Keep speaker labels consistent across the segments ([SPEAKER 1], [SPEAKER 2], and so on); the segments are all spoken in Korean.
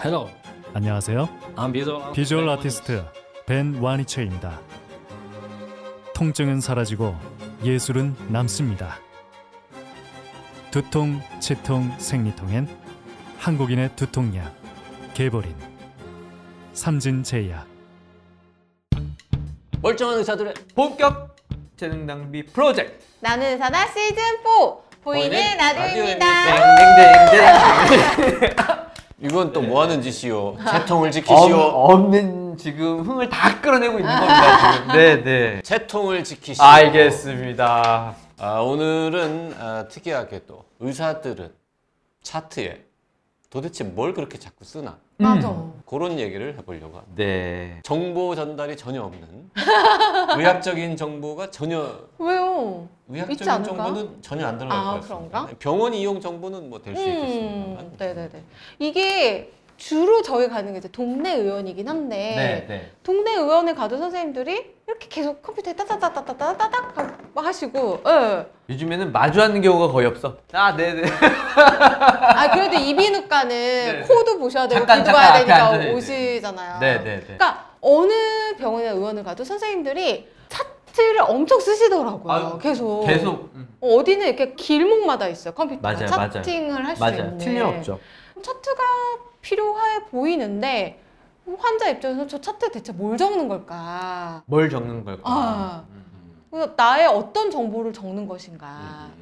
[SPEAKER 1] Hello,
[SPEAKER 2] 안녕하세요.
[SPEAKER 1] I'm visual.
[SPEAKER 2] 비주얼 아티스트 벤 와니체입니다. 통증은 사라지고 예술은 남습니다. 두통, 치통, 생리통엔 한국인의 두통약 개보린 삼진제약
[SPEAKER 3] 멀쩡한 의사들의
[SPEAKER 4] 본격 재능 낭비 프로젝트
[SPEAKER 5] 나는 사다 시즌 4 보이는
[SPEAKER 3] 보이는
[SPEAKER 4] 네,
[SPEAKER 5] 라디오입니다.
[SPEAKER 4] 땡땡땡땡
[SPEAKER 3] 이건
[SPEAKER 5] 네.
[SPEAKER 3] 또 뭐 하는 짓이요? 재통을
[SPEAKER 4] 없,
[SPEAKER 3] 지키시오.
[SPEAKER 4] 없는 지금 흥을 다 끌어내고 있는 겁니다 지금 네네
[SPEAKER 3] 재통을 지키시오.
[SPEAKER 5] 아,
[SPEAKER 4] 알겠습니다
[SPEAKER 3] 아, 오늘은 아, 특이하게 또 의사들은 차트에 도대체 뭘 그렇게 자꾸 쓰나
[SPEAKER 5] 맞아.
[SPEAKER 3] 그런 얘기를 해보려고 합니다.
[SPEAKER 4] 네
[SPEAKER 3] 정보 전달이 전혀 없는 의학적인 정보가 전혀
[SPEAKER 5] 왜요? 있지
[SPEAKER 3] 의학적인
[SPEAKER 5] 않을까?
[SPEAKER 3] 정보는 전혀 안 들어갈
[SPEAKER 5] 아,
[SPEAKER 3] 것 같습니다.
[SPEAKER 5] 그런가?
[SPEAKER 3] 병원 이용 정보는 뭐 될 수
[SPEAKER 5] 음,
[SPEAKER 3] 있겠습니다만.
[SPEAKER 5] 네네네. 이게 주로 저희 가는 게 이제 동네 의원이긴 한데
[SPEAKER 4] 네, 네.
[SPEAKER 5] 동네 의원을 가도 선생님들이 이렇게 계속 컴퓨터에 따다다다다다다닥 하시고, 예.
[SPEAKER 4] 요즘에는 마주하는 경우가 거의 없어 아 네네
[SPEAKER 5] 아 그래도 이비인후과는
[SPEAKER 4] 네.
[SPEAKER 5] 코도 보셔야 되고
[SPEAKER 4] 잠깐,
[SPEAKER 5] 귀도
[SPEAKER 4] 잠깐
[SPEAKER 5] 봐야
[SPEAKER 4] 앞에
[SPEAKER 5] 되니까
[SPEAKER 4] 앉아야
[SPEAKER 5] 오시잖아요.
[SPEAKER 4] 네네네
[SPEAKER 5] 그러니까 어느 병원에 의원을 가도 선생님들이 차트를 엄청 쓰시더라고요.
[SPEAKER 4] 아유,
[SPEAKER 5] 계속.
[SPEAKER 4] 계속 음,
[SPEAKER 5] 어, 어디는 이렇게 길목마다 있어요 컴퓨터가
[SPEAKER 4] 맞아요, 맞아요.
[SPEAKER 5] 차팅을 할 수
[SPEAKER 4] 맞아요
[SPEAKER 5] 있는
[SPEAKER 4] 틀림없죠
[SPEAKER 5] 차트가 필요해 보이는데 환자 입장에서 저 차트 대체 뭘 적는 걸까
[SPEAKER 4] 뭘 적는 걸까
[SPEAKER 5] 아.
[SPEAKER 4] 음, 음.
[SPEAKER 5] 그리고 나의 어떤 정보를 적는 것인가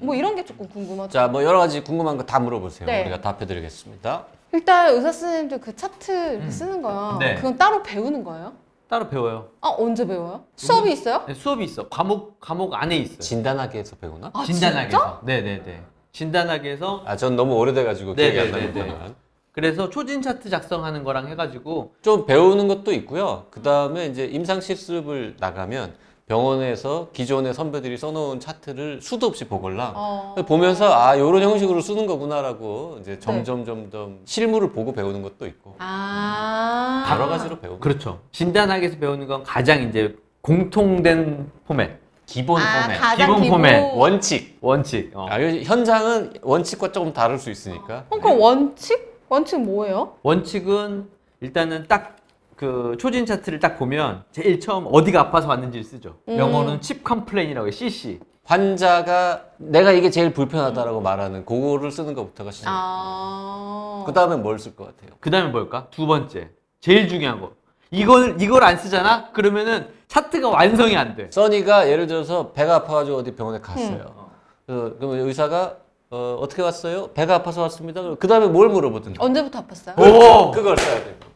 [SPEAKER 3] 음.
[SPEAKER 5] 뭐 이런 게 조금 궁금하죠
[SPEAKER 3] 자, 뭐 여러 가지 궁금한 거 다 물어보세요.
[SPEAKER 5] 네.
[SPEAKER 3] 우리가 답해드리겠습니다.
[SPEAKER 5] 일단 의사 선생님들 그 차트 이렇게
[SPEAKER 4] 음.
[SPEAKER 5] 쓰는 거요
[SPEAKER 4] 네.
[SPEAKER 5] 그건 따로 배우는 거예요?
[SPEAKER 4] 따로 배워요
[SPEAKER 5] 아 언제 배워요? 수업이 있어요?
[SPEAKER 4] 네, 수업이 있어 과목 과목 안에 있어요
[SPEAKER 3] 진단하게 해서 배우나?
[SPEAKER 5] 아, 진짜?
[SPEAKER 4] 진단학에서 네네네 진단학에서
[SPEAKER 3] 아, 전 너무 오래돼가지고
[SPEAKER 4] 네,
[SPEAKER 3] 기억이 안
[SPEAKER 4] 네, 네,
[SPEAKER 3] 나는데.
[SPEAKER 4] 그래서 초진 차트 작성하는 거랑 해가지고
[SPEAKER 3] 좀 배우는 것도 있고요. 그 다음에 이제 임상 실습을 나가면 병원에서 기존의 선배들이 써놓은 차트를 수도 없이 보걸라.
[SPEAKER 5] 어.
[SPEAKER 3] 보면서 아 이런 형식으로 쓰는 거구나라고
[SPEAKER 5] 네.
[SPEAKER 3] 이제 점점 점점 실물을 보고 배우는 것도 있고
[SPEAKER 5] 아
[SPEAKER 3] 여러 가지로 배우고
[SPEAKER 4] 그렇죠. 진단학에서 배우는 건 가장 이제 공통된 포맷,
[SPEAKER 3] 기본
[SPEAKER 5] 아,
[SPEAKER 3] 포맷
[SPEAKER 5] 가장
[SPEAKER 4] 기본
[SPEAKER 5] 기본.
[SPEAKER 4] 포맷,
[SPEAKER 3] 원칙
[SPEAKER 4] 원칙. 어.
[SPEAKER 3] 아, 이거 현장은 원칙과 조금 다를 수 있으니까
[SPEAKER 5] 어, 그럼 원칙? 원칙 뭐예요?
[SPEAKER 4] 원칙은 일단은 딱 그 초진 차트를 딱 보면 제일 처음 어디가 아파서 왔는지를 쓰죠.
[SPEAKER 5] 음.
[SPEAKER 4] 영어로는 칩 컴플레인이라고 해요. CC.
[SPEAKER 3] 환자가 내가 이게 제일 불편하다라고 말하는 그거를 쓰는 것부터가
[SPEAKER 4] 네.
[SPEAKER 3] 시작
[SPEAKER 5] 아.
[SPEAKER 3] 그 다음에 뭘 쓸 것 같아요?
[SPEAKER 4] 그다음에 뭘까? 두 번째. 제일 중요한 거. 이걸 이걸 안 쓰잖아? 그러면은 차트가 완성이 안 돼.
[SPEAKER 3] 써니가 예를 들어서 배가 아파가지고 어디 병원에 갔어요 그래서 그럼 의사가 어, 어떻게 왔어요? 배가 아파서 왔습니다 그 다음에 뭘 물어보든가
[SPEAKER 5] 언제부터 아팠어요?
[SPEAKER 4] 오!
[SPEAKER 3] 그걸 써야 됩니다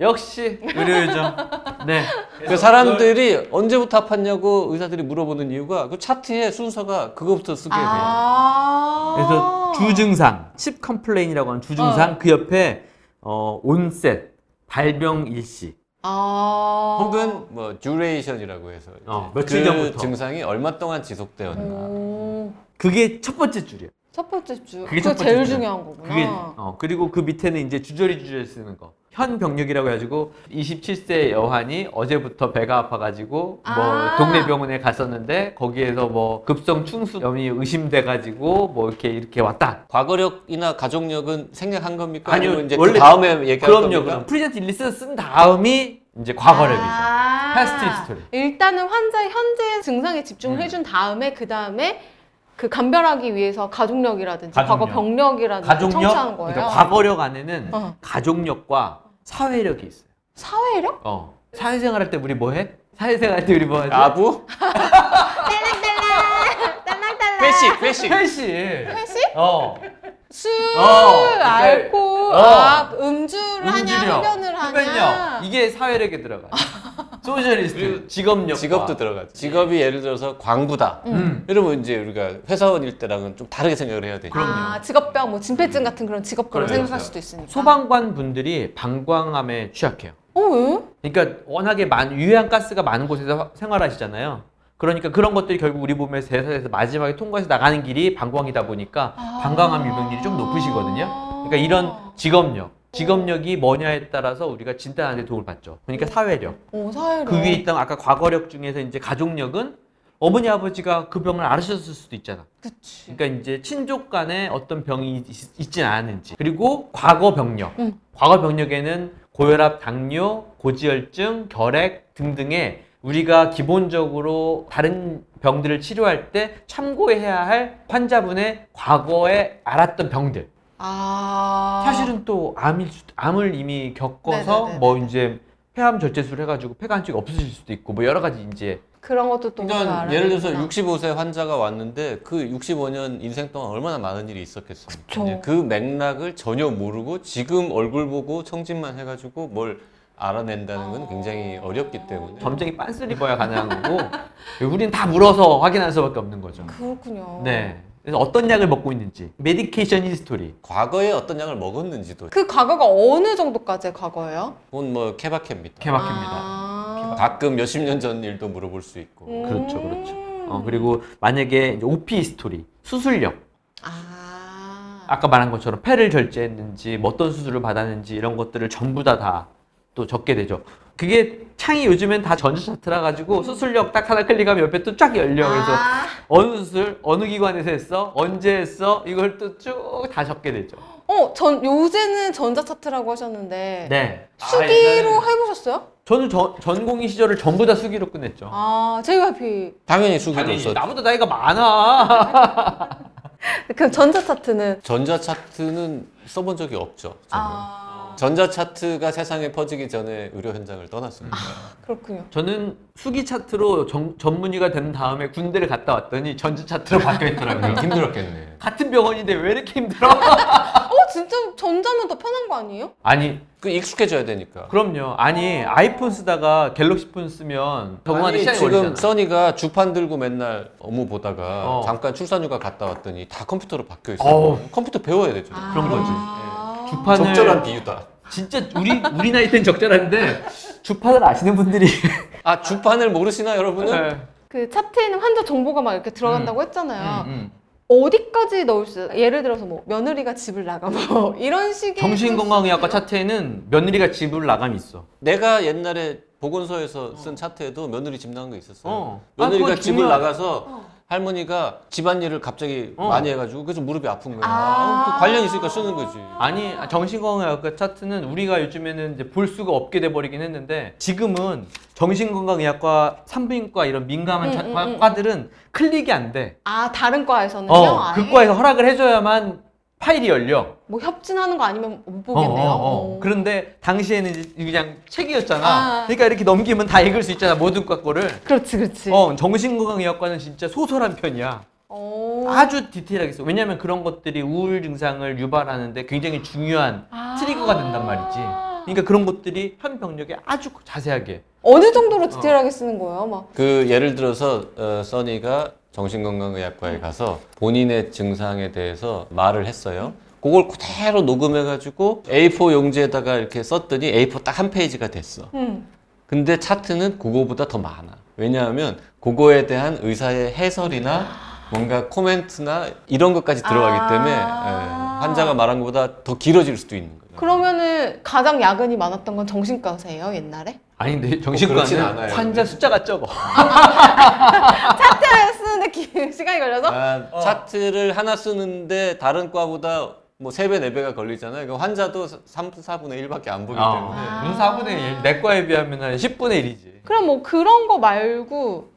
[SPEAKER 4] 역시 의료요정. 네.
[SPEAKER 3] 그 사람들이 언제부터 아팠냐고 의사들이 물어보는 이유가 그 차트의 순서가 그거부터 쓰게 돼요.
[SPEAKER 5] 아.
[SPEAKER 4] 네. 그래서 주증상, 칩 컴플레인이라고 하는 주증상 그 옆에 어, 온셋, 발병 일시.
[SPEAKER 5] 아.
[SPEAKER 3] 혹은 뭐 듀레이션이라고 해서 이제
[SPEAKER 4] 어, 며칠
[SPEAKER 3] 그
[SPEAKER 4] 전부터.
[SPEAKER 3] 증상이 얼마 동안 지속되었나.
[SPEAKER 5] 음. 오.
[SPEAKER 4] 그게 첫 번째 줄이야.
[SPEAKER 5] 첫 번째 주.
[SPEAKER 4] 그게
[SPEAKER 5] 그게
[SPEAKER 4] 첫 번째
[SPEAKER 5] 제일
[SPEAKER 4] 주.
[SPEAKER 5] 중요한 거구나. 아.
[SPEAKER 4] 그게 어, 그리고 그 밑에는 이제 주저리 주저리 쓰는 거. 현 병력이라고 해가지고 27세 여한이 어제부터 배가 아파가지고
[SPEAKER 5] 아.
[SPEAKER 4] 뭐 동네 병원에 갔었는데 거기에서 뭐 급성 충수염이 의심돼가지고 뭐 이렇게 이렇게 왔다.
[SPEAKER 3] 과거력이나 가족력은 생략한 겁니까?
[SPEAKER 4] 아니요,
[SPEAKER 3] 아니면 이제
[SPEAKER 4] 원래-
[SPEAKER 3] 그 다음에 얘기할
[SPEAKER 4] 그럼요.
[SPEAKER 3] 겁니까?
[SPEAKER 4] 그럼 그러니까 프리젠트 일리스 쓴 다음이 이제 과거력이죠.
[SPEAKER 5] 아.
[SPEAKER 4] 패스트 히스토리.
[SPEAKER 5] 일단은 환자 현재 증상에
[SPEAKER 4] 네.
[SPEAKER 5] 집중해 준 다음에 그 다음에 그 감별하기 위해서 가족력이라든지
[SPEAKER 4] 가족력.
[SPEAKER 5] 과거 병력이라든지 청취하는
[SPEAKER 4] 가족력,
[SPEAKER 5] 거예요.
[SPEAKER 4] 그러니까 과거력 안에는
[SPEAKER 5] 어.
[SPEAKER 4] 가족력과 사회력이 있어요.
[SPEAKER 5] 사회력?
[SPEAKER 4] 어. 사회생활 할 때 우리 뭐 해? 사회생활 할 때 우리 뭐 하지?
[SPEAKER 3] 아부?
[SPEAKER 5] 딸랑딸랑. 딸랑딸랑.
[SPEAKER 3] 회식, 회식.
[SPEAKER 4] 회식.
[SPEAKER 5] 회식?
[SPEAKER 4] 어.
[SPEAKER 5] 술,
[SPEAKER 4] 그러니까-
[SPEAKER 5] 알코올,
[SPEAKER 4] 어.
[SPEAKER 5] 아, 음주를 하냐,
[SPEAKER 4] 음주력,
[SPEAKER 5] 흡연을 하냐.
[SPEAKER 4] 흡연력. 이게 사회력에 들어가. 소셜리스트. 직업력.
[SPEAKER 3] 직업도 들어가죠. 음. 직업이 예를 들어서 광부다.
[SPEAKER 4] 음.
[SPEAKER 3] 이러면 이제 우리가 회사원일 때랑은 좀 다르게 생각을 해야 되니까.
[SPEAKER 5] 아, 직업병, 뭐 진폐증 같은 그런 직업병을
[SPEAKER 4] 그래요.
[SPEAKER 5] 생각할 수도 있으니까.
[SPEAKER 4] 소방관 분들이 방광암에 취약해요.
[SPEAKER 5] 어, 왜?
[SPEAKER 4] 그러니까 워낙에 많, 유해한가스가 많은 곳에서 화- 생활하시잖아요. 그러니까 그런 것들이 결국 우리 몸에서 대사에서 마지막에 통과해서 나가는 길이 방광이다 보니까
[SPEAKER 5] 아.
[SPEAKER 4] 방광암 유병률이 좀 높으시거든요. 그러니까
[SPEAKER 5] 어.
[SPEAKER 4] 이런 직업력, 직업력이 뭐냐에 따라서 우리가 진단하는 데 도움을 받죠. 그러니까 사회력.
[SPEAKER 5] 오, 사회력.
[SPEAKER 4] 그 위에 있던 아까 과거력 중에서 이제 가족력은 어머니 아버지가 그 병을 앓으셨을 수도 있잖아.
[SPEAKER 5] 그치.
[SPEAKER 4] 그러니까 이제 친족 간에 어떤 병이 있, 있진 않았는지 그리고 과거 병력.
[SPEAKER 5] 음.
[SPEAKER 4] 과거 병력에는 고혈압, 당뇨, 고지혈증, 결핵 등등의 우리가 기본적으로 다른 병들을 치료할 때 참고해야 할 환자분의 과거에 알았던 병들
[SPEAKER 5] 아.
[SPEAKER 4] 사실은 또 암일 수- 암을 이미 겪어서
[SPEAKER 5] 네네네네.
[SPEAKER 4] 뭐 이제 폐암 절제술을 해가지고 폐가 한쪽이 없어질 수도 있고 뭐 여러 가지 이제
[SPEAKER 5] 그런 것도 또 우리가
[SPEAKER 3] 그러니까
[SPEAKER 5] 알아야
[SPEAKER 3] 예를 들어서
[SPEAKER 5] 되는구나.
[SPEAKER 3] 65세 환자가 왔는데 그 65년 인생 동안 얼마나 많은 일이 있었겠습니까?
[SPEAKER 5] 그쵸.
[SPEAKER 3] 예, 그 맥락을 전혀 모르고 지금 얼굴 보고 청진만 해가지고 뭘 알아낸다는 건 굉장히 어렵기 때문에
[SPEAKER 4] 점쟁이 빤스를 입어야 가능한 거고 우리는 다 물어서 확인할 수밖에 없는 거죠.
[SPEAKER 5] 그렇군요.
[SPEAKER 4] 네. 그래서 어떤 약을 먹고 있는지 메디케이션 히스토리
[SPEAKER 3] 과거에 어떤 약을 먹었는지도
[SPEAKER 5] 그 과거가 어느 정도까지의 과거예요?
[SPEAKER 3] 그건 뭐 케바케입니다.
[SPEAKER 4] 개막입니다.
[SPEAKER 5] 아.
[SPEAKER 3] 가끔 몇십 년 전 일도 물어볼 수 있고
[SPEAKER 5] 음.
[SPEAKER 4] 그렇죠, 그렇죠. 어, 그리고 만약에 이제 오피 히스토리 수술력
[SPEAKER 5] 아.
[SPEAKER 4] 아까 말한 것처럼 폐를 절제했는지 뭐 어떤 수술을 받았는지 이런 것들을 전부 다 다 또 적게 되죠. 그게 창이 요즘엔 다 전주 차트라 가지고 수술력 딱 하나 클릭하면 옆에 또 쫙 열려. 그래서
[SPEAKER 5] 아.
[SPEAKER 4] 어느 수술, 어느 기관에서 했어, 언제 했어, 이걸 또 쭉 다 적게 되죠.
[SPEAKER 5] 어, 전 요새는 전자 차트라고 하셨는데
[SPEAKER 4] 네.
[SPEAKER 5] 수기로 해보셨어요?
[SPEAKER 4] 저는 저- 전공의 시절을 전부 다 수기로 끝냈죠.
[SPEAKER 5] 아, JYP.
[SPEAKER 3] 당연히 수기로
[SPEAKER 4] 아니,
[SPEAKER 3] 써
[SPEAKER 4] 나보다 나이가 많아.
[SPEAKER 5] 그럼 전자 차트는
[SPEAKER 3] 전자 차트는 써본 적이 없죠. 저는.
[SPEAKER 5] 아,
[SPEAKER 3] 전자 차트가 세상에 퍼지기 전에 의료 현장을 떠났습니다.
[SPEAKER 5] 그렇군요.
[SPEAKER 4] 저는 수기 차트로 정- 전문의가 된 다음에 군대를 갔다 왔더니 전주 차트로 바뀌어 있더라고요.
[SPEAKER 3] 힘들었겠네.
[SPEAKER 4] 같은 병원인데 왜 이렇게 힘들어?
[SPEAKER 5] 어, 진짜 전자면 더 편한 거 아니에요?
[SPEAKER 4] 아니,
[SPEAKER 3] 그 익숙해져야 되니까.
[SPEAKER 4] 그럼요. 아니, 아이폰 쓰다가 갤럭시 폰 쓰면 적응하는
[SPEAKER 3] 아니,
[SPEAKER 4] 시간이
[SPEAKER 3] 지금
[SPEAKER 4] 걸리잖아.
[SPEAKER 3] 써니가 주판 들고 맨날 업무 보다가
[SPEAKER 4] 어.
[SPEAKER 3] 잠깐 출산휴가 갔다 왔더니 다 컴퓨터로 바뀌어 있어.
[SPEAKER 4] 어우.
[SPEAKER 3] 컴퓨터 배워야 되죠.
[SPEAKER 4] 그런 거지.
[SPEAKER 5] 아.
[SPEAKER 4] 주판-
[SPEAKER 3] 적절한 비유다.
[SPEAKER 4] 진짜 우리 우리 나이 땐 적절한데 주파를 아시는 분들이
[SPEAKER 3] 아 주판을 모르시나 여러분은?
[SPEAKER 4] 네.
[SPEAKER 5] 그 차트에는 환자 정보가 막 이렇게 들어간다고 했잖아요.
[SPEAKER 4] 음, 음.
[SPEAKER 5] 어디까지 넣을 수? 예를 들어서 뭐 며느리가 집을 나가 뭐 이런 식의
[SPEAKER 4] 정신건강의학과 차트에는 며느리가 집을 나감이 있어.
[SPEAKER 3] 내가 옛날에 보건소에서 쓴 차트에도 며느리 집 나간 거 있었어요.
[SPEAKER 4] 어.
[SPEAKER 3] 며느리가
[SPEAKER 4] 아, 그거
[SPEAKER 3] 집을
[SPEAKER 4] 중요하-
[SPEAKER 3] 나가서 어. 할머니가 집안일을 갑자기
[SPEAKER 4] 어.
[SPEAKER 3] 많이 해가지고 그래서 무릎이 아픈 거야.
[SPEAKER 5] 아.
[SPEAKER 3] 아, 그 관련 있으니까 쓰는 거지.
[SPEAKER 4] 아니 정신건강의학과 차트는 우리가 요즘에는 이제 볼 수가 없게 돼 버리긴 했는데 지금은 정신건강의학과 산부인과 이런 민감한
[SPEAKER 5] 음,
[SPEAKER 4] 차-
[SPEAKER 5] 음,
[SPEAKER 4] 과-
[SPEAKER 5] 음.
[SPEAKER 4] 과들은 클릭이 안 돼.
[SPEAKER 5] 아 다른 과에서는요?
[SPEAKER 4] 어,
[SPEAKER 5] 아예?
[SPEAKER 4] 그 과에서 허락을 해줘야만 파일이 열려.
[SPEAKER 5] 뭐 협진하는 거 아니면 못
[SPEAKER 4] 어,
[SPEAKER 5] 보겠네요.
[SPEAKER 4] 어, 어.
[SPEAKER 5] 어.
[SPEAKER 4] 그런데 당시에는 이제 그냥 책이었잖아.
[SPEAKER 5] 아.
[SPEAKER 4] 그러니까 이렇게 넘기면 다 읽을 수 있잖아 모든 과 거를.
[SPEAKER 5] 그렇지 그렇지.
[SPEAKER 4] 어, 정신건강의학과는 진짜 소설한 편이야.
[SPEAKER 5] 어.
[SPEAKER 4] 아주 디테일하게 써. 왜냐하면 그런 것들이 우울 증상을 유발하는데 굉장히 중요한
[SPEAKER 5] 아.
[SPEAKER 4] 트리거가 된단 말이지. 그러니까 그런 것들이 현 병력에 아주 자세하게.
[SPEAKER 5] 어느 정도로 디테일하게 쓰는 거예요? 막
[SPEAKER 4] 어.
[SPEAKER 3] 그 예를 들어서 어, 써니가 정신건강의학과에 가서 본인의 증상에 대해서 말을 했어요. 그걸 그대로 녹음해가지고 A4 용지에다가 이렇게 썼더니 A4 딱 한 페이지가 됐어.
[SPEAKER 5] 음.
[SPEAKER 3] 근데 차트는 그거보다 더 많아. 왜냐하면 그거에 대한 의사의 해설이나 뭔가 코멘트나 이런 것까지 들어가기
[SPEAKER 5] 아.
[SPEAKER 3] 때문에 예, 환자가 말한 것보다 더 길어질 수도 있는 거예요.
[SPEAKER 5] 그러면은 가장 야근이 많았던 건 정신과세요 옛날에?
[SPEAKER 4] 아니 근데
[SPEAKER 3] 그렇진
[SPEAKER 4] 정신과는
[SPEAKER 3] 않아요.
[SPEAKER 4] 환자 숫자가 적어.
[SPEAKER 5] 차트 쓰는데 기- 시간이 걸려서?
[SPEAKER 3] 아,
[SPEAKER 4] 어.
[SPEAKER 3] 차트를 하나 쓰는데 다른 과보다 뭐 3배, 4배가 걸리잖아요. 그러니까 환자도 3, 4분의 1밖에 안 보기
[SPEAKER 4] 어.
[SPEAKER 3] 때문에.
[SPEAKER 5] 아.
[SPEAKER 4] 문 4분의 1, 내과에 비하면 한 10분의 1이지.
[SPEAKER 5] 그럼 뭐 그런 거 말고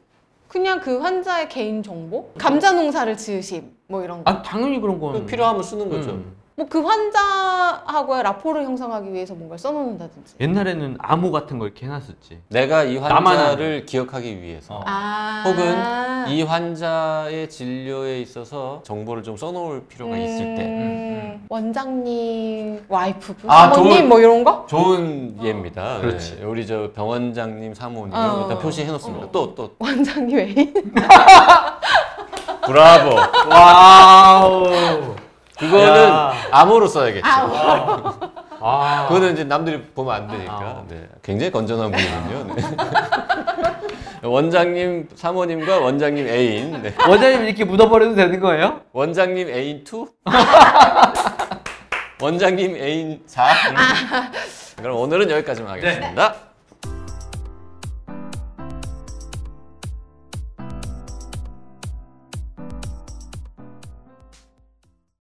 [SPEAKER 5] 그냥 그 환자의 개인 정보? 감자 농사를 지으심 뭐 이런 거.
[SPEAKER 4] 아 당연히 그런 건
[SPEAKER 3] 그 필요하면 쓰는 거죠.
[SPEAKER 4] 음.
[SPEAKER 5] 뭐 그 환자하고의 라포를 형성하기 위해서 뭔가를 써놓는다든지.
[SPEAKER 4] 옛날에는 암호 같은 걸 이렇게 해놨었지.
[SPEAKER 3] 내가 이
[SPEAKER 4] 나만
[SPEAKER 3] 환자를 기억하기 위해서.
[SPEAKER 4] 어.
[SPEAKER 5] 아.
[SPEAKER 3] 혹은 이 환자의 진료에 있어서 정보를 좀 써놓을 필요가 있을 때.
[SPEAKER 5] 음, 원장님 와이프분
[SPEAKER 3] 아,
[SPEAKER 5] 사모님
[SPEAKER 3] 좋은-
[SPEAKER 5] 뭐 이런 거?
[SPEAKER 3] 좋은 예입니다.
[SPEAKER 4] 어. 그렇지.
[SPEAKER 3] 네. 우리 저 병원장님 사모님
[SPEAKER 5] 어.
[SPEAKER 3] 일단 표시해 놓습니다. 또 또.
[SPEAKER 5] 원장님 애인?
[SPEAKER 3] 브라보.
[SPEAKER 4] 와우.
[SPEAKER 3] 그거는
[SPEAKER 4] 야.
[SPEAKER 3] 암호로 써야겠죠.
[SPEAKER 4] 아.
[SPEAKER 3] 그거는 이제 남들이 보면 안 되니까.
[SPEAKER 4] 아.
[SPEAKER 3] 네. 굉장히 건전한 분이군요. 네. 원장님 사모님과 원장님 애인. 네.
[SPEAKER 4] 원장님 이렇게 묻어버려도 되는 거예요?
[SPEAKER 3] 원장님 애인 2? 음. 원장님 애인 4? 그럼 오늘은 여기까지만 하겠습니다.